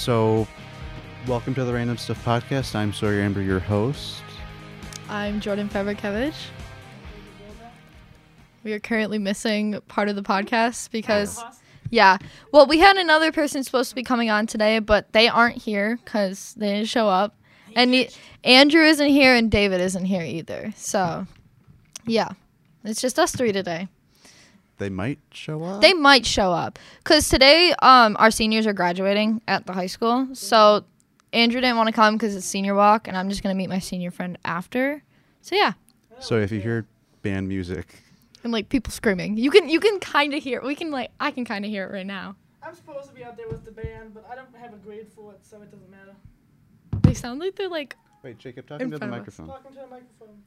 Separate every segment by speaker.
Speaker 1: So, welcome to the Random Stuff Podcast. I'm Sawyer Amber, your host.
Speaker 2: I'm Jordan Fabrikevich. We are currently missing part of the podcast because, yeah. Well, we had another person supposed to be coming on today, but they aren't here because they didn't show up. And ne- Andrew isn't here and David isn't here either. So, yeah. It's just us three today.
Speaker 1: They might show up.
Speaker 2: They might show up because today um, our seniors are graduating at the high school. So Andrew didn't want to come because it's senior walk, and I'm just gonna meet my senior friend after. So yeah,
Speaker 1: so if you hear band music,
Speaker 2: and like people screaming, you can you can kind of hear. it. We can like I can kind of hear it right now.
Speaker 3: I'm supposed to be out there with the band, but I don't have a grade for it, so it doesn't matter.
Speaker 2: They sound like they're like
Speaker 1: wait, Jacob, talking
Speaker 2: In
Speaker 1: to the
Speaker 2: front of us.
Speaker 1: microphone.
Speaker 3: Talking to the microphone.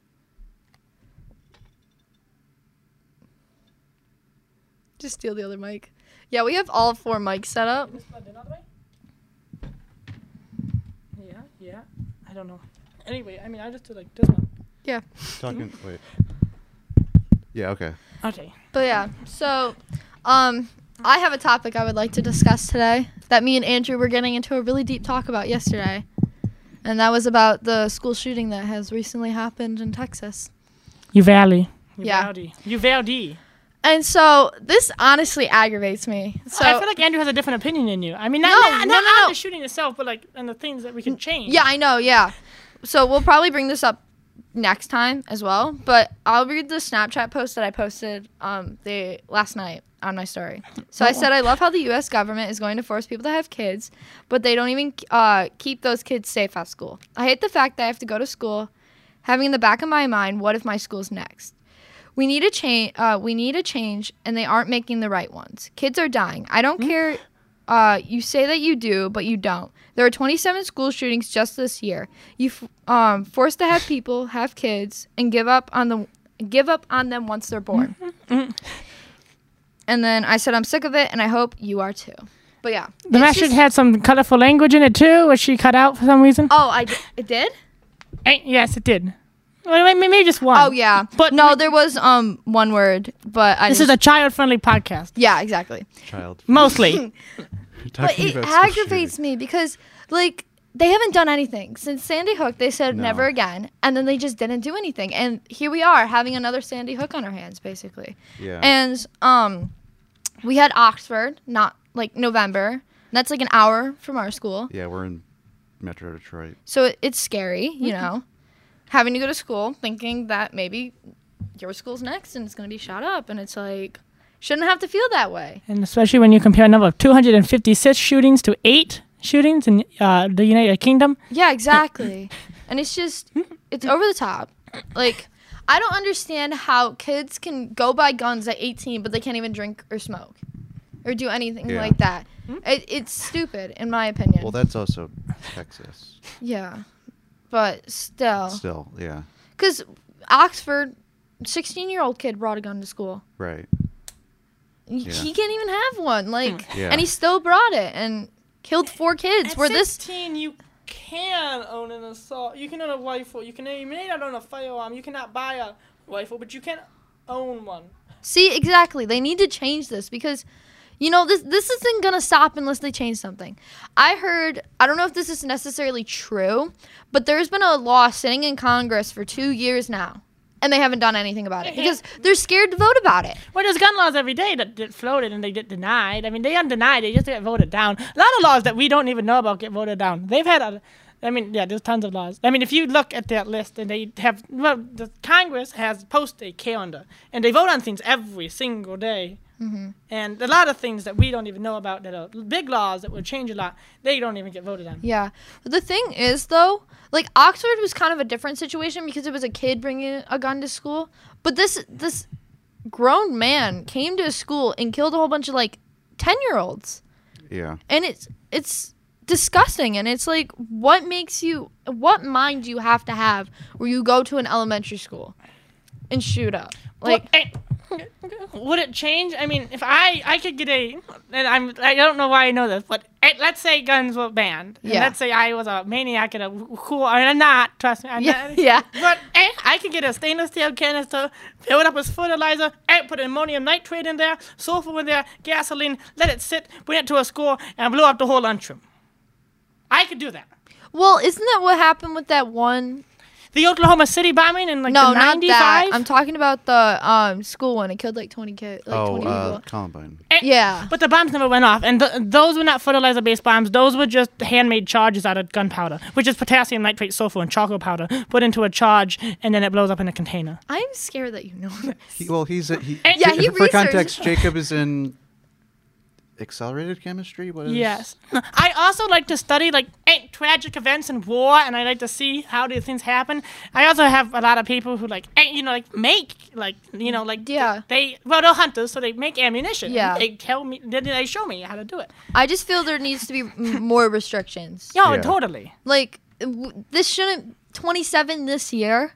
Speaker 2: just steal the other mic. Yeah, we have all four mics set up.
Speaker 3: Just plugged in all the way? Yeah, yeah. I don't know. Anyway, I mean, I just do like this one.
Speaker 1: Talking. Wait. Yeah. Okay.
Speaker 3: Okay.
Speaker 2: But yeah, so um, I have a topic I would like to discuss today that me and Andrew were getting into a really deep talk about yesterday. And that was about the school shooting that has recently happened in Texas.
Speaker 3: Uvalde.
Speaker 2: Yeah.
Speaker 3: Uvalde. Uvalde.
Speaker 2: And so this honestly aggravates me. So
Speaker 3: I feel like Andrew has a different opinion than you. I mean, not,
Speaker 2: No,
Speaker 3: not,
Speaker 2: no,
Speaker 3: not,
Speaker 2: no,
Speaker 3: not
Speaker 2: no.
Speaker 3: the shooting itself, but like and the things that we can change.
Speaker 2: yeah, I know, yeah. So we'll probably bring this up next time as well, but I'll read the Snapchat post that I posted um the last night on my story. So I said I love how the US government is going to force people to have kids, but they don't even uh, keep those kids safe at school. I hate the fact that I have to go to school having in the back of my mind, what if my school's next? We need a change. Uh, we need a change, and they aren't making the right ones. Kids are dying. I
Speaker 4: Hmm?
Speaker 2: don't care. Uh, you say that you do, but you don't. There are 27 school shootings just this year. You f- um, forced to have people have kids and give up on the give up on them once they're born.
Speaker 4: Mm-hmm.
Speaker 2: and then I said, I'm sick of it, and I hope you are too. But yeah,
Speaker 4: The
Speaker 2: it's
Speaker 4: message
Speaker 2: just-
Speaker 4: had some colorful language in it too. Was she cut out for some reason?
Speaker 2: Oh, I d- it did.
Speaker 4: Eh, yes, it did. Well, wait, maybe just one.
Speaker 2: Oh yeah,
Speaker 4: But
Speaker 2: no,
Speaker 4: we-
Speaker 2: there was um one word, but I
Speaker 4: This is
Speaker 2: didn't-
Speaker 4: a child-friendly podcast,
Speaker 2: yeah exactly.
Speaker 1: Child.
Speaker 4: mostly.
Speaker 2: But it aggravates me because like they haven't done anything since Sandy Hook. They said
Speaker 1: No.
Speaker 2: never again, and then they just didn't do anything. And here we are having another Sandy Hook on our hands, basically.
Speaker 1: Yeah.
Speaker 2: And um, we had Oxford, not like November. And that's like an hour from our school,
Speaker 1: yeah, we're in Metro Detroit.
Speaker 2: so it, it's scary, you know, having to go to school thinking that maybe your school's next and it's gonna be shot up, and it's like shouldn't have to feel that way.
Speaker 4: and especially when you compare a number of 256 shootings to eight shootings in uh, the United Kingdom.
Speaker 2: Yeah, exactly. and it's just it's over the top. Like I don't understand how kids can go buy guns at 18 but they can't even drink or smoke or do anything
Speaker 1: Yeah.
Speaker 2: like that. It, it's stupid in my opinion.
Speaker 1: Well, that's also Texas.
Speaker 2: yeah. But still
Speaker 1: Still, yeah.
Speaker 2: cuz Oxford 16-year-old kid brought a gun to school.
Speaker 1: Right.
Speaker 2: Y-
Speaker 1: Yeah.
Speaker 2: He can't even have one like
Speaker 1: Yeah.
Speaker 2: and he still brought it and killed four kids.
Speaker 3: At
Speaker 2: Where this
Speaker 3: 16, you can own an assault. You can own a rifle. You can. You may not own a firearm. You cannot buy a rifle, but you can own one.
Speaker 2: See, exactly. They need to change this because you know this this isn't going to stop unless they change something. I heard, I don't know if this is necessarily true, but there's been a law sitting in Congress for 2 years now and they haven't done anything about it because they're scared to vote about it.
Speaker 4: Well, there's gun laws every day that, that floated and they get denied. I mean, they aren't denied; they just get voted down. A lot of laws that we don't even know about get voted down. They've had a, I mean, yeah, there's tons of laws. I mean, if you look at that list, and they have, well, the Congress has post a calendar, and they vote on things every single day. And a lot of things that we don't even know about that are big laws that would change a lot, they don't even get voted on.
Speaker 2: Yeah. The thing is, though, like Oxford was kind of a different situation because it was a kid bringing a gun to school. But this this grown man came to a school and killed a whole bunch of like ten year olds.
Speaker 1: Yeah.
Speaker 2: and it's it's disgusting and it's like what makes you what mind do you have to have where you go to an elementary school and shoot up like
Speaker 4: Well, eh, would it change? I mean, if I I could get a, and I'm I don't know why I know this, but eh, let's say guns were banned. And
Speaker 2: Yeah.
Speaker 4: Let's say I was a maniac and a w- cool, I mean, I'm not. Trust me. I'm
Speaker 2: yeah,
Speaker 4: Not,
Speaker 2: yeah
Speaker 4: But eh, I could get a stainless steel canister, fill it up with fertilizer, eh, put ammonium nitrate in there, sulfur in there, gasoline, let it sit, bring it to a school, and blow up the whole lunchroom. I could do that.
Speaker 2: Well, isn't that what happened with that one?
Speaker 4: The Oklahoma City bombing in like
Speaker 2: no,
Speaker 4: the
Speaker 2: not
Speaker 4: 95?
Speaker 2: that. I'm talking about the um school one. It killed like 20 kids. Like
Speaker 1: oh,
Speaker 2: 20
Speaker 1: uh,
Speaker 2: people.
Speaker 1: Columbine.
Speaker 4: And-
Speaker 2: Yeah.
Speaker 4: But the bombs never went off, and th- those were not fertilizer-based bombs. Those were just handmade charges out of gunpowder, which is potassium nitrate sulfur and charcoal powder put into a charge, and then it blows up in a container.
Speaker 2: I'm scared that you know this.
Speaker 1: He, well, he's a, he.
Speaker 4: And-
Speaker 2: Yeah,
Speaker 1: for-
Speaker 2: he
Speaker 1: for context,
Speaker 2: researched-
Speaker 1: Jacob is in accelerated chemistry. What is?
Speaker 4: Yes. I also like to study like eh, tragic events in war, and I like to see how these things happen. I also have a lot of people who like, eh, you know, like make like you know like
Speaker 2: Yeah.
Speaker 4: they well they're hunters, so they make ammunition.
Speaker 2: Yeah.
Speaker 4: They tell me, they, they show me how to do it.
Speaker 2: I just feel there needs to be m- more restrictions.
Speaker 4: Yeah,
Speaker 1: Yeah.
Speaker 4: totally.
Speaker 2: Like w- this shouldn't 27 this year.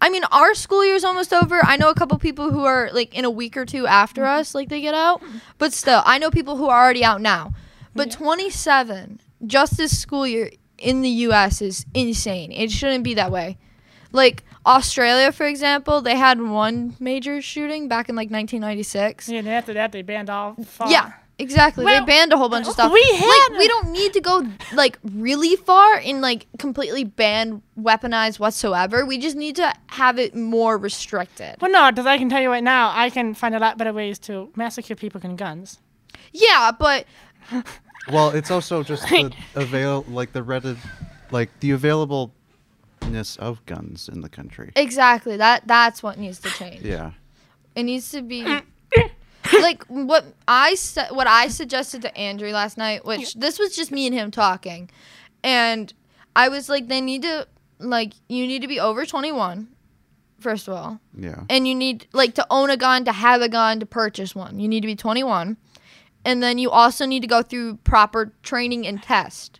Speaker 2: I mean, our school year's almost over. I know a couple people who are like in a week or two after us, like they get out. But still, I know people who are already out now. But 27 just this school year in the US is insane. It shouldn't be that way. Like Australia, for example, they had one major shooting back in like 1996.
Speaker 4: Yeah, and after that, they banned all. Far.
Speaker 2: Yeah, exactly.
Speaker 4: Well, uh,
Speaker 2: they banned a whole bunch of stuff.
Speaker 4: we had-
Speaker 2: like we don't need to go like really far and like completely ban weaponize whatsoever. We just need to have it more restricted.
Speaker 4: Well, no, because I can tell you right now, I can find a lot better ways to massacre people than guns.
Speaker 2: Yeah, but
Speaker 1: Well, it's also just the avail, like the Reddit, like the availableness of guns in the country.
Speaker 2: exactly that that's what needs to change.
Speaker 1: Yeah.
Speaker 2: It needs to be
Speaker 4: Mm.
Speaker 2: like what I su- what I suggested to Andrew last night, which this was just me and him talking, and I was like, they need to like you need to be over twenty one, first of all.
Speaker 1: Yeah.
Speaker 2: and you need like to own a gun to have a gun to purchase one you need to be 21 and then you also need to go through proper training and test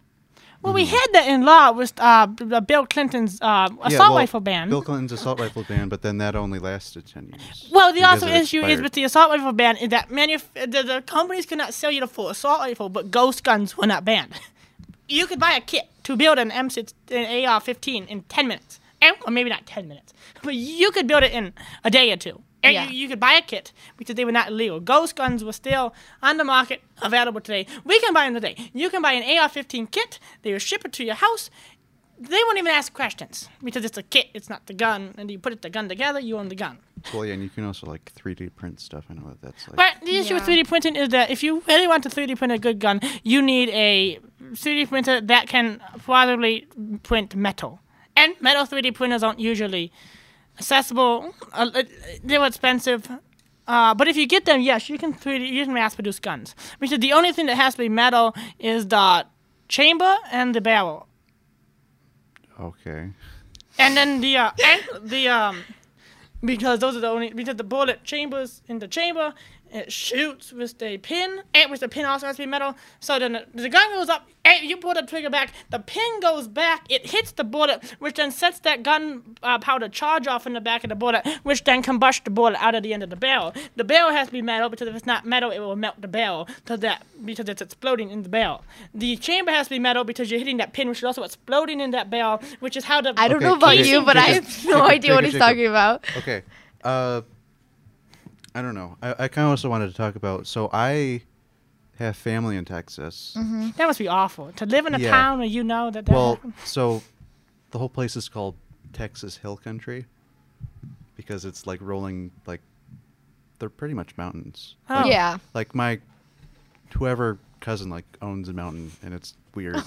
Speaker 4: Well, we had that in law with uh, B- B- Bill Clinton's uh, assault
Speaker 1: yeah, well,
Speaker 4: rifle ban.
Speaker 1: Bill Clinton's assault rifle ban, but then that only lasted ten years.
Speaker 4: well, the
Speaker 1: because
Speaker 4: also
Speaker 1: it
Speaker 4: issue is
Speaker 1: expired.
Speaker 4: with the assault rifle ban is that manuf- the, the companies could not sell you the full assault rifle, but ghost guns were not banned. You could buy a kit to build an M6, an AR-15 in 10 minutes, and, or maybe not 10 minutes, but you could build it in a day or two. And
Speaker 2: Yeah.
Speaker 4: you, you could buy a kit because they were not illegal. Ghost guns were still on the market, available today. We can buy them today. You can buy an AR-15 kit. They will ship it to your house. They won't even ask questions because it's a kit. It's not the gun. And you put the gun together. You own the gun.
Speaker 1: Well, yeah, and you can also like 3D print stuff. I know what that's like.
Speaker 4: But the issue with
Speaker 2: Yeah.
Speaker 4: 3D printing is that if you really want to 3D print a good gun, you need a 3D printer that can probably print metal. And metal 3D printers aren't usually accessible. Uh, uh, they're expensive. Uh, but if you get them, yes, you can 3D, you can mass produce guns. Because the only thing that has to be metal is the chamber and the barrel,
Speaker 1: okay.
Speaker 4: and then the uh, and the um, because those are the only because the bullet chambers in the chamber. It shoots with a pin, and with the pin also has to be metal. So then the, the gun goes up, and you pull the trigger back. The pin goes back. It hits the bullet, which then sets that gun uh, powder charge off in the back of the bullet, which then combusts the bullet out of the end of the barrel. The barrel has to be metal because if it's not metal, it will melt the barrel to that because it's exploding in the barrel. The chamber has to be metal because you're hitting that pin, which is also exploding in that barrel, which is how the
Speaker 2: i don't
Speaker 1: Okay,
Speaker 2: know about
Speaker 1: Jacob,
Speaker 2: you but i
Speaker 1: Jacob,
Speaker 2: have no
Speaker 1: Jacob,
Speaker 2: idea
Speaker 1: Jacob,
Speaker 2: what he's
Speaker 1: Jacob.
Speaker 2: talking about
Speaker 1: Okay. Uh, I don't know. I, I kind of also wanted to talk about. So I have family in Texas.
Speaker 4: That must be awful to live in a
Speaker 1: Yeah.
Speaker 4: town where you know that. that
Speaker 1: Well, so the whole place is called Texas Hill Country because it's like rolling like they're pretty much mountains.
Speaker 4: Oh.
Speaker 2: yeah
Speaker 1: Like my whoever cousin like owns a mountain and it's weird.
Speaker 2: Oh.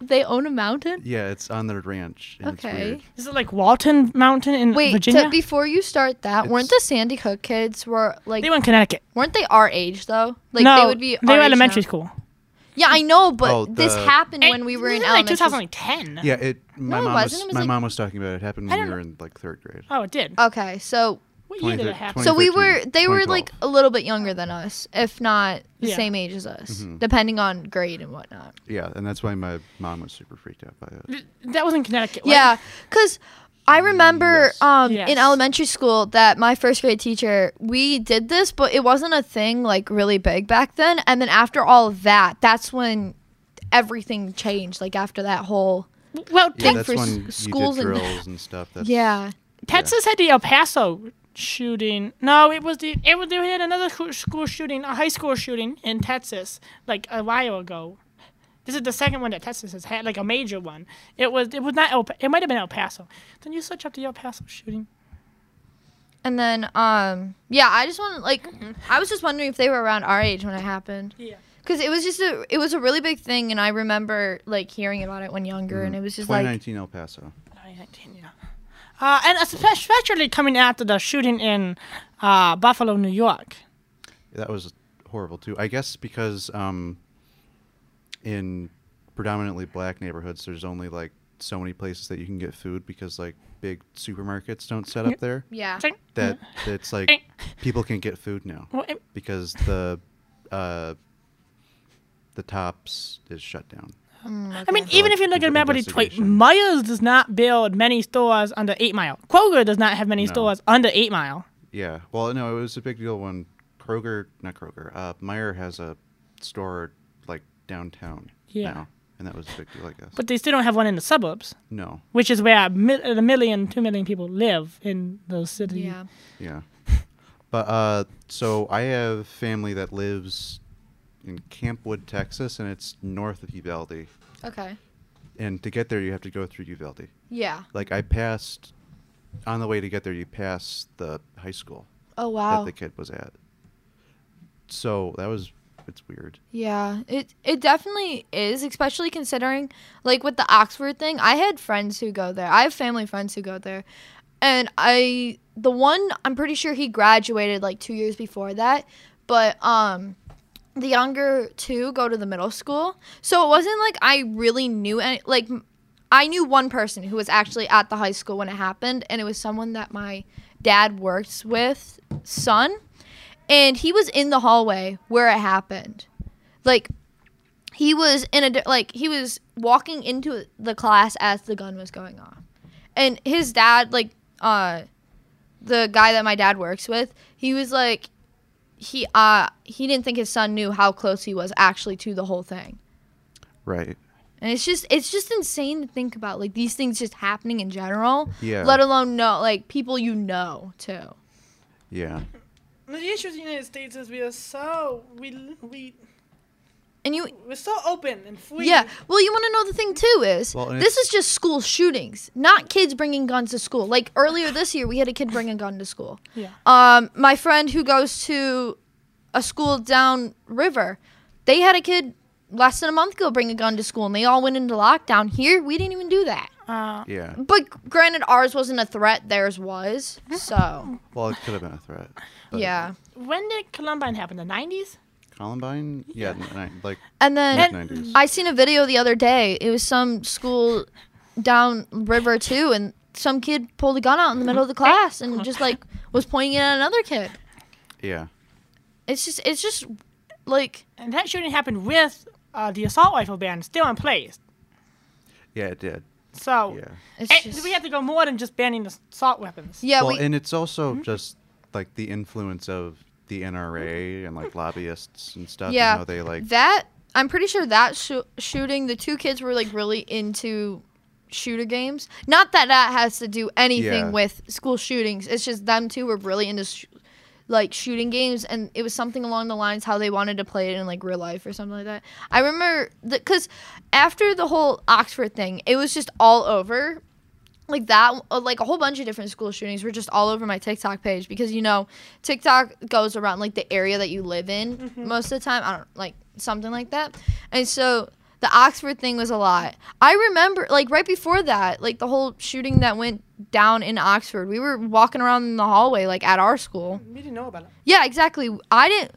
Speaker 2: they own a mountain
Speaker 1: yeah, it's on their ranch and
Speaker 2: Okay.
Speaker 1: it's weird.
Speaker 4: is it like Walton Mountain in
Speaker 2: wait
Speaker 4: Virginia?
Speaker 2: to, before you start that weren't the
Speaker 1: It's-
Speaker 2: sandy hook kids were like
Speaker 4: they were in Connecticut.
Speaker 2: weren't they our age though like
Speaker 4: no,
Speaker 2: they would be
Speaker 4: they
Speaker 2: our
Speaker 4: were
Speaker 2: age
Speaker 4: elementary
Speaker 2: now.
Speaker 4: school.
Speaker 2: yeah i know but
Speaker 1: Oh,
Speaker 2: this
Speaker 1: the-
Speaker 2: happened
Speaker 4: Eh,
Speaker 2: when we were in
Speaker 4: wasn't it
Speaker 2: elementary
Speaker 4: like
Speaker 2: school.
Speaker 4: 2010.
Speaker 1: Yeah, it my
Speaker 2: No, it
Speaker 1: mom
Speaker 2: wasn't.
Speaker 1: was,
Speaker 2: It was
Speaker 1: my
Speaker 2: like-
Speaker 1: mom was talking about it. It happened
Speaker 4: I
Speaker 1: when we
Speaker 4: don't
Speaker 1: were in like 3rd grade.
Speaker 4: Oh, it did.
Speaker 2: okay so
Speaker 4: what year did it
Speaker 1: 23
Speaker 4: happen?
Speaker 2: So we were
Speaker 1: 2013,
Speaker 2: they were like
Speaker 1: 2012.
Speaker 2: a little bit younger than us, if not the
Speaker 4: Yeah.
Speaker 2: same age as us, depending on grade and whatnot.
Speaker 1: Yeah, and that's why my mom was super freaked out by it.
Speaker 4: that was in Connecticut. right?
Speaker 2: Yeah, because I remember
Speaker 1: Yes.
Speaker 2: um,
Speaker 4: Yes.
Speaker 2: in elementary school that my first grade teacher we did this, but it wasn't a thing like really big back then. And then after all of that, that's when everything changed. Like after that whole
Speaker 4: Well,
Speaker 1: Yeah,
Speaker 4: Tex-
Speaker 1: that's
Speaker 2: for s-
Speaker 1: when
Speaker 2: schools
Speaker 1: you
Speaker 2: and-
Speaker 1: did drills and stuff. That's,
Speaker 2: yeah,
Speaker 4: Texas had the El Paso shooting. No, it was the it was they had another scho- school shooting, a high school shooting in Texas like a while ago. This is the second one that Texas has had, like a major one. It was it was not El, Pa- it might have been El Paso. Then you switch up to El Paso shooting.
Speaker 2: And then, um, yeah, I just want like, I was just wondering if they were around our age when it happened,
Speaker 4: Yeah.
Speaker 2: because it was just a, it was a really big thing, and I remember like hearing about it when younger,
Speaker 1: Mm-hmm.
Speaker 2: and it was just like,
Speaker 1: 2019 El Paso.
Speaker 4: 2019, yeah. Uh, and espe- especially coming after the shooting in uh, Buffalo, New York.
Speaker 1: That was horrible too. I guess because um, in predominantly black neighborhoods, there's only like so many places that you can get food because like big supermarkets don't set up there.
Speaker 2: yeah,
Speaker 4: Think-
Speaker 1: That it's like people can get food now
Speaker 4: Well, it-
Speaker 1: because the uh, the tops is shut down.
Speaker 4: I mean, even
Speaker 1: Like,
Speaker 4: if you look at a
Speaker 1: inve-
Speaker 4: map of Detroit,
Speaker 1: investigation.
Speaker 4: Myers does not build many stores under Eight Mile. Kroger does not have many
Speaker 1: No.
Speaker 4: stores under Eight Mile.
Speaker 1: Yeah. Well, no, it was a big deal when Kroger, not Kroger, uh, Meyer has a store like downtown
Speaker 4: Yeah.
Speaker 1: now, and that was a big deal, I guess.
Speaker 4: But they still don't have one in the suburbs,
Speaker 1: no.
Speaker 4: which is where a, mil- a million, two million people live in those cities.
Speaker 2: yeah,
Speaker 1: Yeah. But uh, so I have family that lives in Campwood, Texas, and it's north of Uvalde.
Speaker 2: okay,
Speaker 1: And to get there, you have to go through Uvalde.
Speaker 2: yeah,
Speaker 1: Like I passed on the way to get there, you pass the high school
Speaker 2: oh wow,
Speaker 1: that the kid was at. So that was it's weird.
Speaker 2: Yeah, it it definitely is, especially considering like with the Oxford thing. I had friends who go there. I have family friends who go there. And I the one I'm pretty sure he graduated like 2 years before that, but um the younger two go to the middle school. So it wasn't like I really knew any like m- I knew one person who was actually at the high school when it happened and it was someone that my dad works with son and he was in the hallway where it happened like he was in a di- like he was walking into the class as the gun was going off and his dad like uh the guy that my dad works with he was like he uh he didn't think his son knew how close he was actually to the whole thing
Speaker 1: Right.
Speaker 2: and it's just it's just insane to think about like these things just happening in general
Speaker 1: Yeah.
Speaker 2: let alone know like people you know too
Speaker 1: Yeah.
Speaker 3: The issue with the United States is we are so we we
Speaker 2: and you
Speaker 3: we're so open and free.
Speaker 2: Yeah. Well, you want to know the thing too is
Speaker 1: Well, and
Speaker 2: this
Speaker 1: it's-
Speaker 2: is just school shootings, not kids bringing guns to school. Like earlier this year, we had a kid bring a gun to school.
Speaker 4: Yeah.
Speaker 2: Um, my friend who goes to a school down river, they had a kid less than a month ago bring a gun to school, and they all went into lockdown. Here, we didn't even do that.
Speaker 4: Uh,
Speaker 1: Yeah.
Speaker 2: But granted, ours wasn't a threat; theirs was. So
Speaker 1: Well, it could have been a threat. but-
Speaker 2: yeah.
Speaker 4: when did Columbine happen? The 90s?
Speaker 1: Columbine? Yeah, n- ni- like
Speaker 2: And then
Speaker 1: mid nineties.
Speaker 2: I seen a video the other day. It was some school down river too, and some kid pulled a gun out in the middle of the
Speaker 4: Eh.
Speaker 2: class and just like was pointing it at another kid.
Speaker 1: Yeah.
Speaker 2: It's just, it's just like,
Speaker 4: And that shooting happened with uh, the assault rifle ban still in place.
Speaker 1: Yeah, it did.
Speaker 2: Oh.
Speaker 4: So
Speaker 1: Yeah.
Speaker 2: it's
Speaker 4: eh,
Speaker 2: just,
Speaker 4: we have to go more than just banning the assault weapons.
Speaker 2: yeah,
Speaker 1: well,
Speaker 2: we, Mm-hmm.
Speaker 1: and it's also just like the influence of the NRA and like lobbyists and stuff.
Speaker 2: Mm-hmm. Yeah.
Speaker 1: You know, they like
Speaker 2: that. I'm pretty sure that shoo- shooting, the two kids were like really into shooter games. Not that that has to do anything
Speaker 1: Yeah.
Speaker 2: with school shootings. It's just them two were really into. Sh- like shooting games and it was something along the lines how they wanted to play it in like real life or something like that i remember because after the whole oxford thing it was just all over like that uh, like a whole bunch of different school shootings were just all over my tiktok page because you know tiktok goes around like the area that you live in most of the time i don't like something like that and so the oxford thing was a lot i remember like right before that like the whole shooting that went down in oxford we were walking around in the hallway like at our school
Speaker 3: we didn't know about it.
Speaker 2: yeah, exactly. I didn't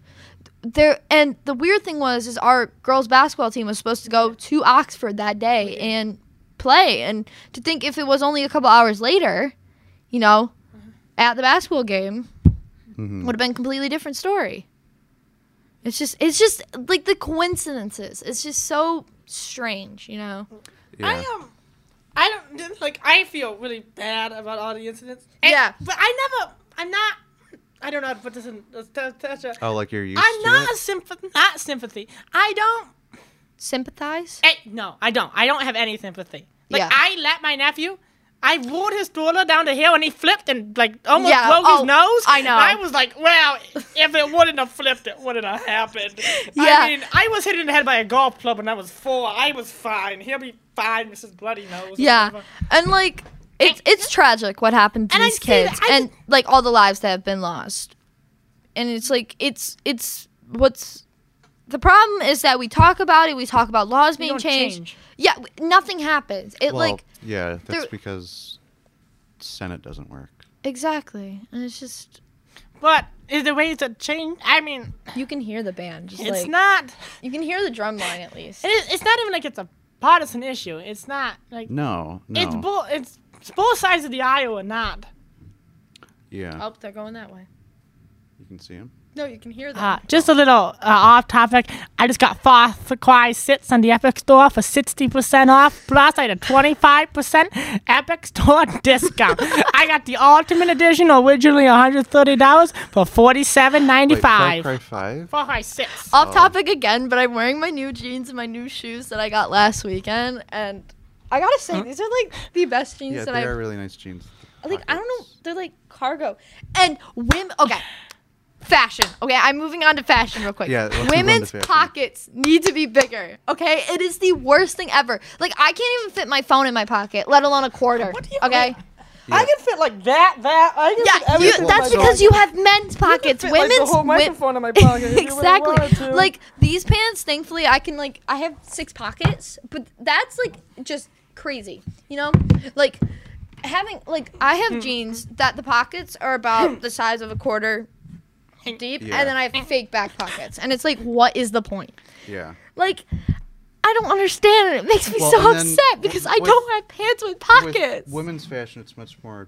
Speaker 2: there and the weird thing was is our girls basketball team was supposed to go to Oxford that day and play and to think if it was only a couple hours later, you know, at the basketball game
Speaker 1: mhm.
Speaker 2: would have been a completely different story. It's just it's just like the coincidences. It's just so strange, you know.
Speaker 1: yeah.
Speaker 3: I um, I don't didn't- like. I feel really bad about all the incidents.
Speaker 2: Yeah.
Speaker 3: But I never. I'm not. I don't know how to put this in. uh, t- t- t-
Speaker 1: Oh, like you're used
Speaker 4: I'm
Speaker 1: to
Speaker 4: not a
Speaker 1: it?
Speaker 4: sympathy. Not sympathy. I don't
Speaker 2: Sympathize?
Speaker 4: Eh, Hey, no, I don't. I don't have any sympathy. Like
Speaker 2: Yeah.
Speaker 4: I let my nephew I rode his stroller down the hill and he flipped and like almost
Speaker 2: Yeah,
Speaker 4: broke
Speaker 2: oh,
Speaker 4: his nose.
Speaker 2: I know.
Speaker 4: I was like, wow, if it wouldn't have flipped, it wouldn't have happened.
Speaker 2: Yeah.
Speaker 4: I mean, I was hit in the head by a golf club when I was four. I was fine. He'll be fine with his bloody nose. or
Speaker 2: Yeah,
Speaker 4: whatever.
Speaker 2: and like it's it's tragic what happened to
Speaker 4: And I
Speaker 2: these
Speaker 4: see that-
Speaker 2: kids
Speaker 4: I
Speaker 2: and like all the lives that have been lost. And it's like it's it's what's the problem is that we talk about it. We talk about laws
Speaker 4: We
Speaker 2: being
Speaker 4: don't
Speaker 2: changed.
Speaker 4: change.
Speaker 2: Yeah, w- nothing happens. It
Speaker 1: well,
Speaker 2: like
Speaker 1: yeah, that's
Speaker 2: there-
Speaker 1: because Senate doesn't work.
Speaker 2: exactly, and it's just
Speaker 4: But is there ways to change? I mean,
Speaker 2: you can hear the band. Just
Speaker 4: it's
Speaker 2: like,
Speaker 4: not.
Speaker 2: you can hear the drum line at least.
Speaker 4: It is, it's not even like it's a partisan issue. It's not like
Speaker 1: No, no.
Speaker 4: it's both. It's both sides of the aisle or not.
Speaker 1: yeah,
Speaker 2: Oh, they're going that way.
Speaker 1: you can see him.
Speaker 2: No, you can hear them.
Speaker 4: Uh, just a little uh, off topic. I just got Far Cry 6 on the Epic Store for 60% off. Plus, I had a 25% Epic Store discount. I got the Ultimate Edition, originally $130, for
Speaker 1: Wait, Far
Speaker 4: $47.95.
Speaker 1: Cry Five.
Speaker 4: Far Cry 6.
Speaker 2: Off
Speaker 1: Oh.
Speaker 2: topic again, but I'm wearing my new jeans and my new shoes that I got last weekend, and I gotta say these are like the best jeans
Speaker 1: Yeah,
Speaker 2: that
Speaker 1: they
Speaker 2: I've
Speaker 1: are really nice jeans.
Speaker 2: like. I don't know,
Speaker 1: Pockets.
Speaker 2: they're like cargo and women. Okay, fashion. Okay, I'm moving on to fashion real quick.
Speaker 1: Yeah, let's move on to
Speaker 2: women's
Speaker 1: fashion.
Speaker 2: pockets need to be bigger. Okay, it is the worst thing ever. Like I can't even fit my phone in my pocket, let alone a quarter.
Speaker 4: What do you-
Speaker 2: okay,
Speaker 1: I can
Speaker 4: fit like that, that. I can
Speaker 2: yeah, you, that's because you have men's pockets. Women's wi-
Speaker 4: in my
Speaker 2: exactly. like these pants, thankfully, I can like I have six pockets, but that's like just crazy. You know, like having like I have jeans that the pockets are about the size of a quarter deep,
Speaker 1: Yeah.
Speaker 2: and then I have fake back pockets, and it's like, what is the point?
Speaker 1: Yeah.
Speaker 2: Like. I don't understand it. It makes me
Speaker 1: Well,
Speaker 2: so
Speaker 1: and then
Speaker 2: upset because I
Speaker 1: with-
Speaker 2: don't have pants with pockets.
Speaker 1: With women's fashion, it's much more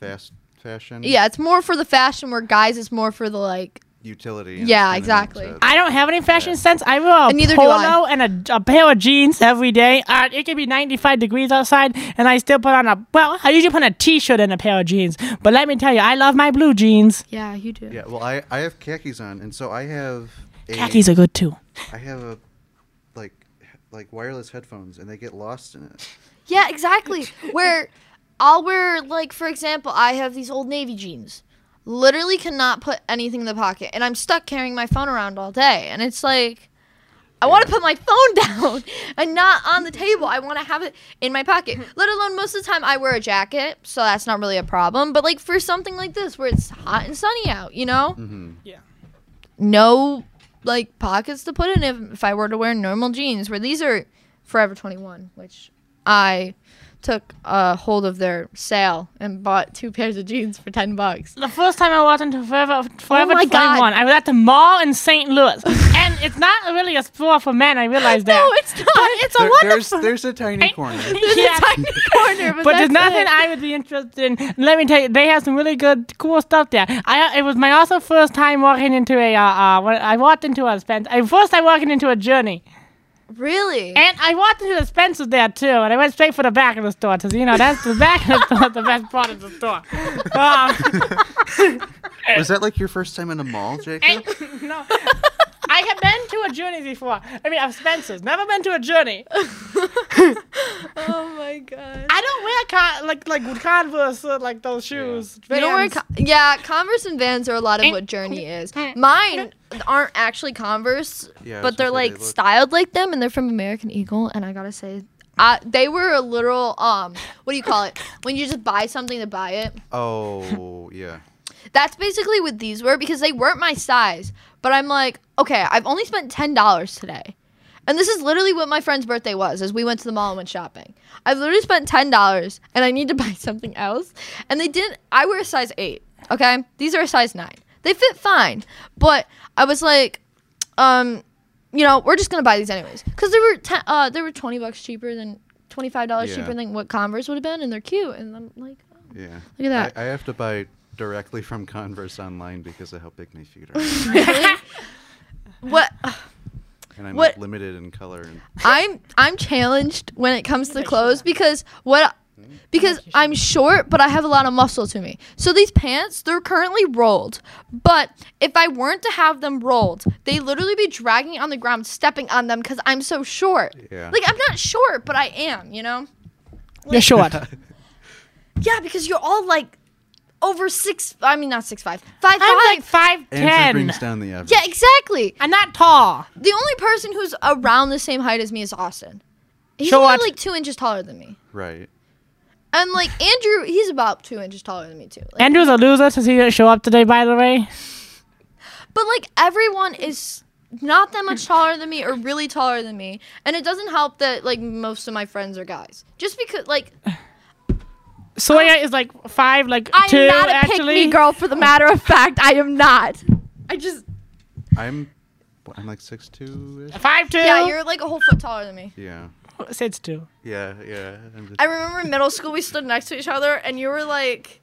Speaker 1: fast fashion.
Speaker 2: yeah, it's more for the fashion where guys it's more for the like
Speaker 1: Utility. and
Speaker 2: Yeah,
Speaker 1: it's kinda
Speaker 2: exactly.
Speaker 1: into-
Speaker 4: I don't have any fashion sense. I wear a
Speaker 2: And neither do I.
Speaker 4: polo and a, a pair of jeans every day. Uh, it could be 95 degrees outside, and I still put on a well. I usually put on a t-shirt and a pair of jeans. But let me tell you, I love my blue jeans.
Speaker 2: Yeah, you do.
Speaker 1: Yeah. Well, I I have khakis on, and so I have a,
Speaker 4: Khakis are good too.
Speaker 1: I have a like h- like wireless headphones, and they get lost in it.
Speaker 2: Yeah, exactly. Where I'll wear like for example, I have these old navy jeans. Literally cannot put anything in the pocket and I'm stuck carrying my phone around all day and it's like I want to put my phone down and not on the table. I want to have it in my pocket. Let alone most of the time I wear a jacket, so that's not really a problem, but like for something like this where it's hot and sunny out, you know?
Speaker 1: Mm-hmm.
Speaker 2: No like pockets to put in if, if I were to wear normal jeans where these are Forever 21, which I took a hold of their sale and bought two pairs of jeans for 10 bucks.
Speaker 4: The first time I walked into Forever Forever
Speaker 2: my
Speaker 4: 21,
Speaker 2: God.
Speaker 4: I was at the mall in St. Louis, and it's not really a store for men. I realized that.
Speaker 2: No, it's not.
Speaker 4: But it's a
Speaker 1: there's
Speaker 4: wonderful.
Speaker 1: there's a tiny corner.
Speaker 4: Yeah.
Speaker 2: corner, but,
Speaker 4: But
Speaker 2: that's
Speaker 4: there's nothing
Speaker 2: it.
Speaker 4: I would be interested in. Let me tell you, they have some really good, cool stuff there. I uh, it was my also first time walking into a uh, uh when I walked into a Spencer. I first time walking into a Journey,
Speaker 2: Really?
Speaker 4: and I walked into the Spencer's there too, and I went straight for the back of the store because you know that's the back of the store, the best part of the store. Um,
Speaker 1: Was that like your first time in a mall, Jacob?
Speaker 4: no. I have been to a journey before. I mean, I've Spencer's. Never been to a journey.
Speaker 2: oh my god.
Speaker 4: I don't wear con- like like Converse or like those shoes.
Speaker 2: You don't wear
Speaker 4: Vans.
Speaker 2: con- yeah, Converse and Vans are a lot of
Speaker 4: And-
Speaker 2: what Journey is. Mine aren't actually Converse,
Speaker 1: Yeah, I was
Speaker 2: but they're
Speaker 1: gonna say
Speaker 2: like
Speaker 1: they look-
Speaker 2: styled like them, and they're from American Eagle. And I gotta say, I, they were a literal um, what do you call it? When you just buy something to buy it.
Speaker 1: Oh yeah.
Speaker 2: That's basically what these were because they weren't my size. But I'm like, okay, I've only spent ten dollars today. And this is literally what my friend's birthday was, as we went to the mall and went shopping. I've literally spent ten dollars and I need to buy something else. And they didn't I wear a size eight. Okay? These are a size nine. They fit fine. But I was like, um, you know, we're just gonna buy these anyways. Cause they were ten uh they were twenty bucks cheaper than twenty five dollars
Speaker 1: Yeah.
Speaker 2: cheaper than what Converse would have been and they're cute and I'm like
Speaker 1: Yeah.
Speaker 2: Look at that.
Speaker 1: I, I have to buy directly from Converse online because of how big my feet are,
Speaker 2: what
Speaker 1: and I'm
Speaker 2: What-
Speaker 1: like limited in color. And
Speaker 2: I'm I'm challenged when it comes to clothes because what because I'm short but I have a lot of muscle to me. So these pants, they're currently rolled. But if I weren't to have them rolled, they literally be dragging on the ground, stepping on them cuz I'm so short.
Speaker 1: Yeah.
Speaker 2: Like I'm not short, but I am, you know?
Speaker 4: They're short.
Speaker 2: Yeah, because you're all like over six. I mean, not six five, five
Speaker 4: I'm like
Speaker 2: five.
Speaker 4: five
Speaker 1: Andrew
Speaker 4: ten.
Speaker 1: brings down the average.
Speaker 2: yeah, exactly.
Speaker 4: I'm not tall.
Speaker 2: The only person who's around the same height as me is Austin. He's
Speaker 4: So
Speaker 2: only
Speaker 4: what?
Speaker 2: like two inches taller than me,
Speaker 1: Right.
Speaker 2: and like Andrew, he's about two inches taller than me too. Like,
Speaker 4: Andrew's a loser since he didn't show up today. By the way,
Speaker 2: but like everyone is not that much taller than me or really taller than me, and it doesn't help that like most of my friends are guys. Just because like
Speaker 4: Sawyer is like five, like
Speaker 2: I'm
Speaker 4: two
Speaker 2: Oh. not a
Speaker 4: actually.
Speaker 2: pick me girl for the matter of fact. I am not. I just
Speaker 1: I'm I'm like six two ish.
Speaker 4: Five two.
Speaker 2: yeah, you're like a whole foot taller than me.
Speaker 1: Yeah.
Speaker 4: Sits two.
Speaker 1: Yeah, yeah. I'm just,
Speaker 2: I remember in middle school we stood next to each other and you were like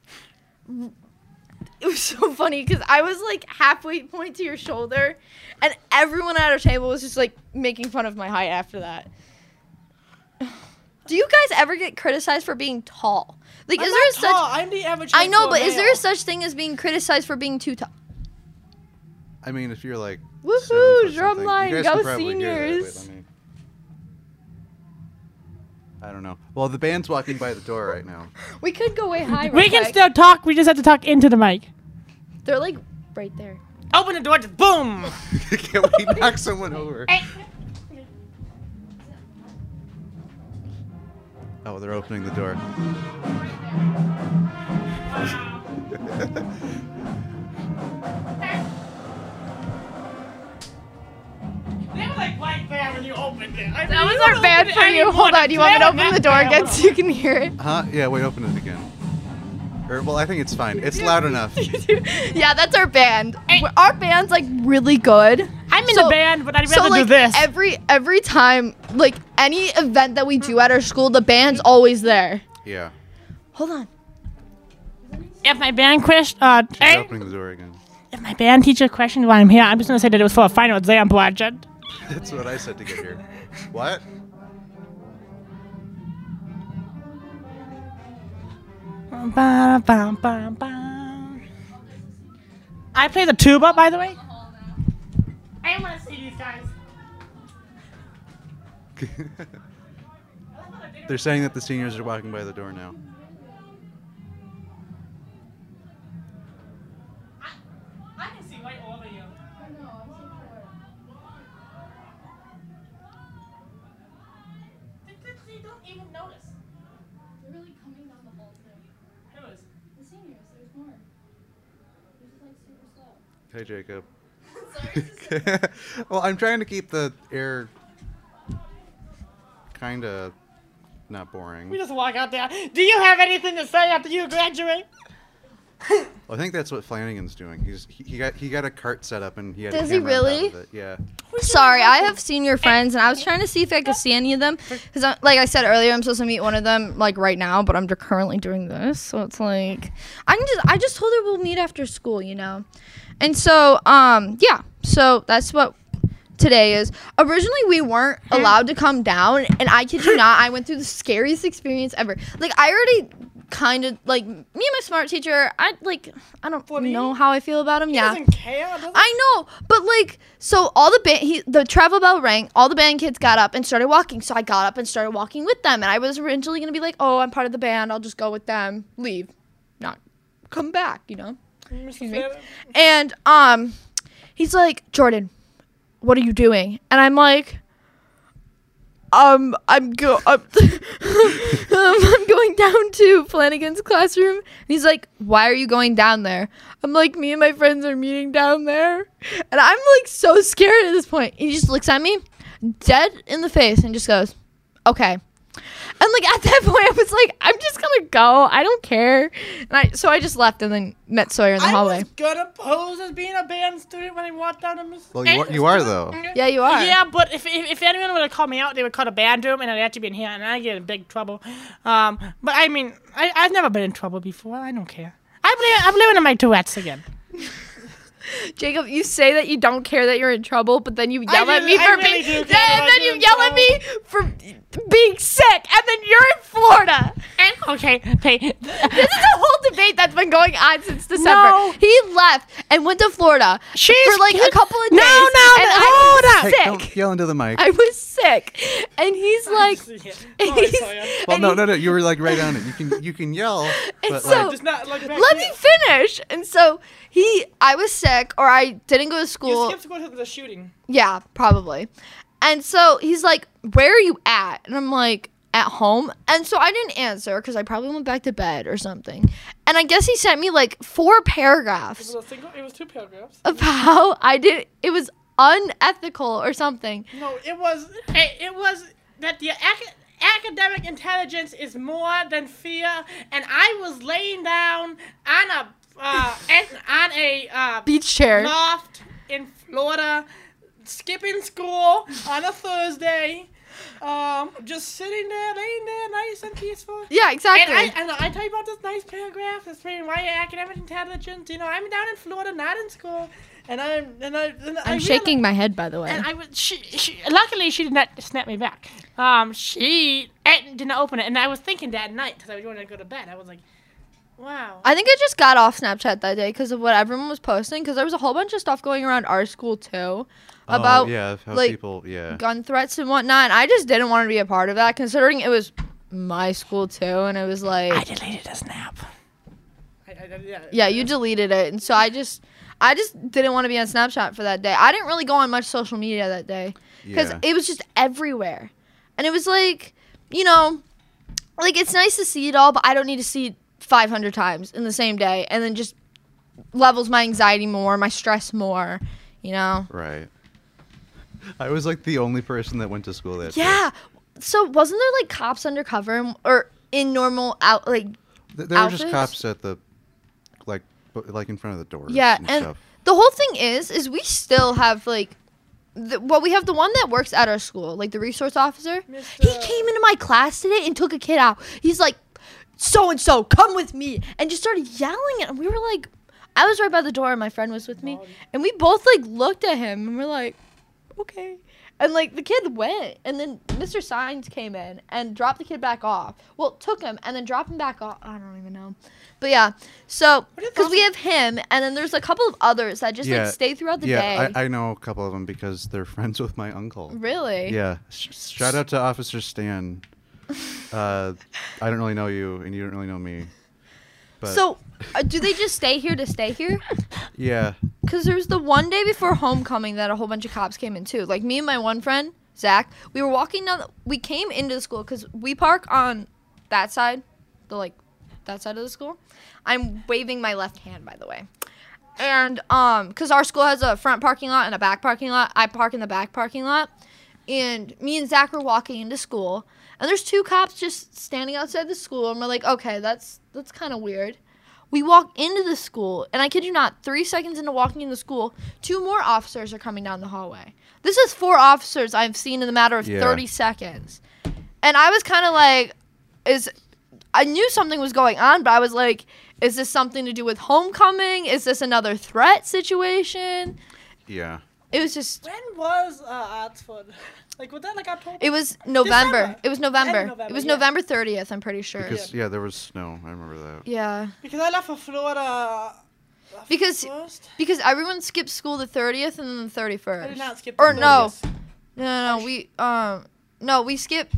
Speaker 2: it was so funny because I was like halfway point to your shoulder and everyone at our table was just like making fun of my height after that. Do you guys ever get criticized for being tall? Like
Speaker 3: I'm
Speaker 2: is
Speaker 3: not
Speaker 2: there
Speaker 3: tall.
Speaker 2: such
Speaker 3: I'm the average.
Speaker 2: I know,
Speaker 3: height for
Speaker 2: but
Speaker 3: a
Speaker 2: is there
Speaker 3: male.
Speaker 2: such thing as being criticized for being too tall?
Speaker 1: I mean, if you're like
Speaker 2: Woohoo,
Speaker 1: seven foot something, you
Speaker 2: drumline,
Speaker 1: guys
Speaker 2: go
Speaker 1: can probably hear that. Wait,
Speaker 2: seniors.
Speaker 1: let me- I don't know. Well, the band's walking by the door right now.
Speaker 2: We could go way higher.
Speaker 4: We can still talk. We just have to talk into the mic.
Speaker 2: They're like right there.
Speaker 4: Open the door. Just boom.
Speaker 1: Can we knock someone over? Oh, they're opening the door.
Speaker 4: They were like right there when you opened it.
Speaker 2: That was our bad for you. Hold on, you want me to open the door again so you can hear it?
Speaker 1: Huh? Uh-huh. Yeah, wait, open it again. Or, well, I think it's fine. It's loud enough.
Speaker 2: yeah, that's our band. We're- Our band's like really good.
Speaker 4: I'm in
Speaker 2: So-
Speaker 4: the band, but I'd rather
Speaker 2: So like
Speaker 4: do this.
Speaker 2: every every time, like any event that we do at our school, the band's always there.
Speaker 1: Yeah.
Speaker 2: Hold on.
Speaker 4: if my band question, uh,
Speaker 1: She's
Speaker 4: eh,
Speaker 1: opening the door again.
Speaker 4: if my band teacher questioned why I'm here, I'm just gonna say that it was for a final exam project.
Speaker 1: That's what I said to get here. What?
Speaker 4: Ba, ba, ba, ba. I play the tuba, by the way. I want to see these guys.
Speaker 1: They're saying that the seniors are walking by the door now.
Speaker 4: I can see right over you. They don't even notice.
Speaker 5: They're really coming down the hall today. The seniors, there's more. They're just like super slow.
Speaker 1: Hi, Jacob. well, I'm trying to keep the air kind of not boring.
Speaker 4: We just walk out there. Do you have anything to say after you graduate?
Speaker 1: I think that's what Flanagan's doing. He's he, he got he got a cart set up and he had a
Speaker 2: Does he
Speaker 1: camera on top
Speaker 2: really?
Speaker 1: of it. Yeah.
Speaker 2: Sorry, I have senior friends, and I was trying to see if I could see any of them because, like I said earlier, I'm supposed to meet one of them like right now, but I'm currently doing this, so it's like I'm just I just told her we'll meet after school, you know, and so um yeah, so that's what today is. Originally, we weren't allowed to come down, and I kid you not, I went through the scariest experience ever. Like I already kind of like me and my smart teacher, I like I don't
Speaker 3: What do you
Speaker 2: know
Speaker 3: mean?
Speaker 2: how I feel about him.
Speaker 3: He
Speaker 2: yeah,
Speaker 3: doesn't care. Does he?
Speaker 2: I know, but like, so all the band, he, the travel bell rang. All the band kids got up and started walking. So I got up and started walking with them. And I was originally gonna be like, "Oh, I'm part of the band. I'll just go with them, leave, not come back," you know.
Speaker 3: Excuse
Speaker 2: me. And um, he's like, "Jordan, what are you doing?" And I'm like, "Um, I'm go, um, I'm going down to Flanagan's classroom." And he's like, "Why are you going down there?" I'm like, "Me and my friends are meeting down there," and I'm like so scared at this point. He just looks at me, dead in the face, and just goes, "Okay." And like at that point, I was like, "I'm just gonna go. I don't care." And I so I just left and then met Sawyer in the
Speaker 3: I
Speaker 2: hallway.
Speaker 3: was gonna pose as being a band student when I walked out of Miss.
Speaker 1: Well, you are, you are though.
Speaker 2: Yeah, you are.
Speaker 4: Yeah, but if, if, if anyone would have called me out, they would call the band room and I'd have to be in here and I'd get in big trouble. Um, but I mean, I, I've never been in trouble before. I don't care. I believe, I'm living in my duets again.
Speaker 2: Jacob, you say that you don't care that you're in trouble, but then you yell at
Speaker 3: really-
Speaker 2: me
Speaker 3: I
Speaker 2: for
Speaker 3: really do care
Speaker 2: being yeah,
Speaker 3: about
Speaker 2: and then
Speaker 3: you
Speaker 2: you
Speaker 3: in
Speaker 2: yell at me for being sick, and then you're in Florida. Aaron.
Speaker 4: Okay, okay.
Speaker 2: This is a whole debate that's been going on since December.
Speaker 4: No.
Speaker 2: He left and went to Florida
Speaker 4: She's
Speaker 2: for like a couple of
Speaker 4: No,
Speaker 2: days.
Speaker 4: no,
Speaker 2: and
Speaker 4: no,
Speaker 2: I was
Speaker 4: hold
Speaker 1: Hey,
Speaker 4: up.
Speaker 2: Ah, sick.
Speaker 1: don't yell into the mic.
Speaker 2: I was sick, and he's like,
Speaker 3: Yeah.
Speaker 2: and
Speaker 3: Sorry,
Speaker 2: he's-
Speaker 3: sorry.
Speaker 1: well,
Speaker 2: and
Speaker 1: no,
Speaker 2: he-
Speaker 1: no, no. You were like right on it. You can you can yell, but
Speaker 2: so-
Speaker 1: like
Speaker 3: Just not like back
Speaker 2: Let
Speaker 3: here.
Speaker 2: me finish. And so he, I was sick, or I didn't go to
Speaker 3: You
Speaker 2: school.
Speaker 3: skipped to go to the shooting.
Speaker 2: Yeah, probably. And so he's like, Where are you at? And I'm like, At home. And so I didn't answer because I probably went back to bed or something. And I guess he sent me like four
Speaker 3: It
Speaker 2: paragraphs
Speaker 3: was, a single, it was two paragraphs.
Speaker 2: of how I did it was unethical or something.
Speaker 3: No, it was it, it was that the ac- academic intelligence is more than fear, and I was laying down on a uh, and on a uh,
Speaker 2: Beach chair.
Speaker 3: loft in Florida, skipping school on a Thursday, um, just sitting there, laying there, nice and peaceful. And
Speaker 2: Yeah,
Speaker 3: I,
Speaker 2: exactly.
Speaker 3: and I tell you about this nice paragraph that's reading why academic intelligence. You know, I'm down in Florida, not in school, and I'm and I. And I
Speaker 2: I'm
Speaker 3: reali-
Speaker 2: shaking my head by the way.
Speaker 4: And I was she, she luckily she did not snap me back. Um, she and did not open it, and I was thinking that night because I was going to go to bed. I was like, wow.
Speaker 2: I think I just got off Snapchat that day because of what everyone was posting. Because there was a whole bunch of stuff going around our school too about
Speaker 1: oh, yeah, how
Speaker 2: like,
Speaker 1: people yeah.
Speaker 2: gun threats and whatnot. And I just didn't want to be a part of that, considering it was my school too, and it was like,
Speaker 4: I deleted a snap.
Speaker 3: I, I, yeah,
Speaker 2: yeah, you deleted it, and so I just, I just didn't want to be on Snapchat for that day. I didn't really go on much social media that day because
Speaker 1: yeah.
Speaker 2: it was just everywhere, and it was like, you know, like it's nice to see it all, but I don't need to see it 500 times in the same day, and then just levels my anxiety more, my stress more, you know.
Speaker 1: right. I was like the only person that went to school that day.
Speaker 2: Yeah. So wasn't there like cops undercover and- or in normal out like
Speaker 1: Th- There were just
Speaker 2: Outfits?
Speaker 1: cops at the like bu- like in front of the doors.
Speaker 2: Yeah,
Speaker 1: and,
Speaker 2: and
Speaker 1: stuff.
Speaker 2: the whole thing is is we still have like the, well we have the one that works at our school like the resource officer he
Speaker 3: Mr.
Speaker 2: came into my class today and took a kid out he's like so and so come with me and just started yelling and we were like i was right by the door and my friend was with me and we both like looked at him and we're like okay and like the kid went and then mr signs came in and dropped the kid back off well took him and then dropped him back off i don't even know but yeah so
Speaker 3: What if
Speaker 2: because we
Speaker 3: also-
Speaker 2: have him and then there's a couple of others that just
Speaker 1: Yeah,
Speaker 2: like stay throughout the
Speaker 1: yeah,
Speaker 2: day
Speaker 1: I, I know a couple of them because they're friends with my uncle.
Speaker 2: really
Speaker 1: Yeah. Sh- shout out to Officer Stan. Uh, I don't really know you, and you don't really know me. But
Speaker 2: so uh, do they just stay here to stay here
Speaker 1: yeah,
Speaker 2: Because there was the one day before homecoming that a whole bunch of cops came in too. Like me and my one friend, Zach, we were walking down. The, we came into the school because we park on that side, the like that side of the school. I'm waving my left hand, by the way. And um, because our school has a front parking lot and a back parking lot, I park in the back parking lot. And me and Zach were walking into school, and there's two cops just standing outside the school, and we're like, okay, that's that's kind of weird. We walk into the school, and I kid you not, three seconds into walking into school, two more officers are coming down the hallway. This is four officers I've seen in the matter of
Speaker 1: Yeah.
Speaker 2: 30 seconds. And I was kind of like, is I knew something was going on, but I was like, is this something to do with homecoming? Is this another threat situation?
Speaker 1: yeah.
Speaker 2: It was just,
Speaker 3: When was uh, Oxford? Like was that like October?
Speaker 2: it was November.
Speaker 3: December.
Speaker 2: It was November.
Speaker 3: November,
Speaker 2: It was
Speaker 3: yeah.
Speaker 2: November 30th, I'm pretty sure.
Speaker 1: Because yeah. there was snow. I remember that.
Speaker 2: yeah.
Speaker 3: because I left for Florida. uh,
Speaker 2: Because-
Speaker 3: first.
Speaker 2: Because everyone skipped school the 30th and then the 31st.
Speaker 3: I did not skip.
Speaker 2: Or
Speaker 3: the
Speaker 2: no.
Speaker 3: notice.
Speaker 2: No, no, no, we um no, we skipped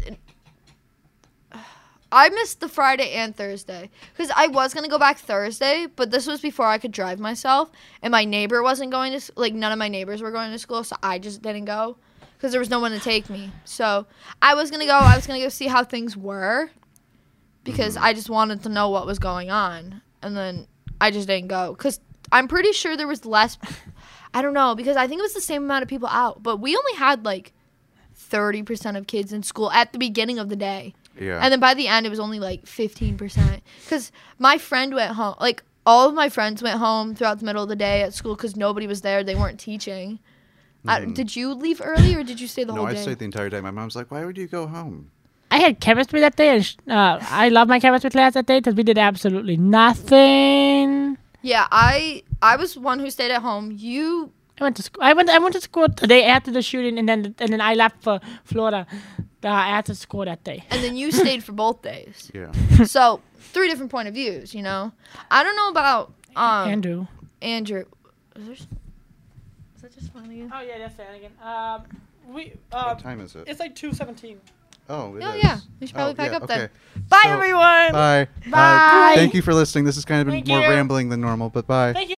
Speaker 2: I missed the Friday and Thursday cuz I was going to go back Thursday, but this was before I could drive myself and my neighbor wasn't going to s- like none of my neighbors were going to school, so I just didn't go cuz there was no one to take me. So, I was going to go, I was going to go see how things were because I just wanted to know what was going on and then I just didn't go cuz I'm pretty sure there was less I don't know because I think it was the same amount of people out, but we only had like 30% of kids in school at the beginning of the day.
Speaker 1: Yeah.
Speaker 2: And then by the end it was only like 15% cuz my friend went home like all of my friends went home throughout the middle of the day at school cuz nobody was there, they weren't teaching. I- did you leave early or did you stay
Speaker 1: no,
Speaker 2: the whole
Speaker 1: I
Speaker 2: day?
Speaker 1: stayed the entire day. My mom's like, "Why would you go home?"
Speaker 4: I had chemistry that day, and sh- uh, I love my chemistry class that day because we did absolutely nothing.
Speaker 2: yeah, I I was one who stayed at home. You
Speaker 4: I went to school. I went. I went to school the day after the shooting, and then and then I left for Florida uh, after school that day.
Speaker 2: and then you stayed for both days.
Speaker 1: Yeah.
Speaker 2: So three different point of views. You know, I don't know about um
Speaker 4: Andrew.
Speaker 2: Andrew. Is there, s- is that just fun again?
Speaker 4: Oh yeah, that's Flanagan. Um, we uh,
Speaker 1: What time is it?
Speaker 4: it's like two seventeen.
Speaker 1: Oh, it
Speaker 2: Oh,
Speaker 1: is.
Speaker 2: yeah. We should
Speaker 1: Oh,
Speaker 2: probably pack
Speaker 1: yeah,
Speaker 2: up then.
Speaker 1: okay.
Speaker 2: Bye
Speaker 1: So-
Speaker 2: everyone.
Speaker 1: Bye. Uh,
Speaker 4: Bye.
Speaker 1: thank you for listening. This has kind of been
Speaker 4: Thank
Speaker 1: more
Speaker 4: you.
Speaker 1: rambling than normal, but bye.
Speaker 4: Thank you.